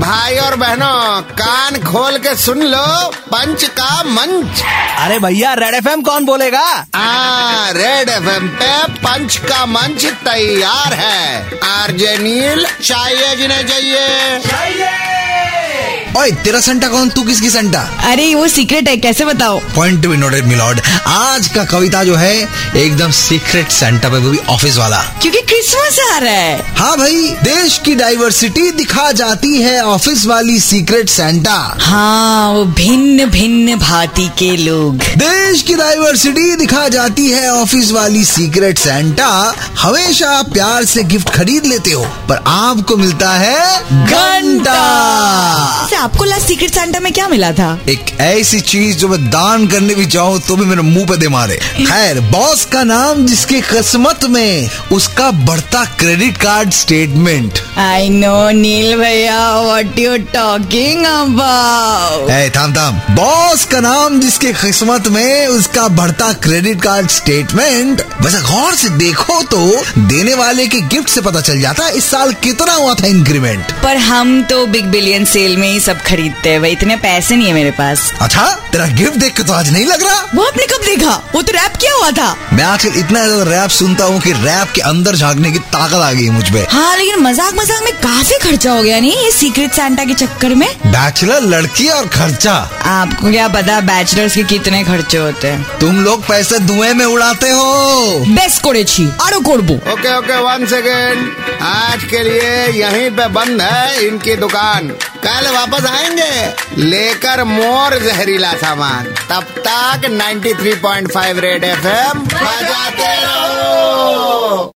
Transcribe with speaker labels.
Speaker 1: भाई और बहनों कान खोल के सुन लो पंच का मंच
Speaker 2: अरे भैया रेड एफ कौन बोलेगा
Speaker 1: आ, रेड एफ पे पंच का मंच तैयार है आरजे नील चाहिए जिन्हें चाहिए
Speaker 2: ओए तेरा संटा कौन तू किसकी संटा
Speaker 3: अरे वो सीक्रेट है कैसे बताओ
Speaker 2: point to be noted milord आज का कविता जो है एकदम सीक्रेट सेंटा पे वो भी ऑफिस वाला
Speaker 3: क्योंकि क्रिसमस आ रहा है
Speaker 2: हाँ भाई देश की डाइवर्सिटी दिखा जाती है ऑफिस वाली सीक्रेट सेंटा
Speaker 3: हाँ वो भिन्न भिन्न भांति के लोग
Speaker 2: देश की डाइवर्सिटी दिखा जाती है ऑफिस वाली सीक्रेट सेंटा हमेशा आप प्यार से गिफ्ट खरीद लेते हो पर आपको मिलता है घंटा
Speaker 3: से अच्छा, आपको लास्ट सीक्रेट सेंटा में क्या मिला था
Speaker 2: एक ऐसी चीज जो मैं दान करने भी चाहूँ तो भी मेरे मुंह पे दे मारे खैर बॉस का नाम जिसके किस्मत में उसका बढ़ता credit card statement
Speaker 3: I know Neel भैया व्हाट यू टॉकिंग अबाउट
Speaker 2: ए थाम थाम बॉस का नाम जिसके किस्मत में उसका बढ़ता क्रेडिट कार्ड स्टेटमेंट वैसे गौर से देखो तो देने वाले के गिफ्ट से पता चल जाता है इस साल कितना हुआ था इंक्रीमेंट
Speaker 3: पर हम तो बिग बिलियन सेल में ही सब खरीदते हैं भाई इतने पैसे नहीं है मेरे पास
Speaker 2: अच्छा तेरा गिफ्ट देख के तो आज नहीं लग रहा
Speaker 3: वो आपने कब देखा वो तो रैप किया हुआ था
Speaker 2: मैं आजकल इतना ज्यादा रैप सुनता हूँ कि रैप के अंदर झांकने की ताकत आ गई है मुझ पे
Speaker 3: हाँ लेकिन मजाक मजाक में काफी खर्चा हो गया नहीं ये सीक्रेट सेंटा के चक्कर में
Speaker 2: बैचलर लड़की और खर्चा
Speaker 3: आपको क्या पता बैचलर्स के कितने खर्चे होते हैं
Speaker 2: तुम लोग पैसे धुएं में उड़ाते हो
Speaker 3: বেশ করেছি আরো করবো
Speaker 1: ओके ओके वन सेकेंड आज के लिए यहीं पे बंद है इनकी दुकान कल वापस आएंगे लेकर मोर जहरीला सामान तब तक 93.5 रेड एफ एम बजाते रहो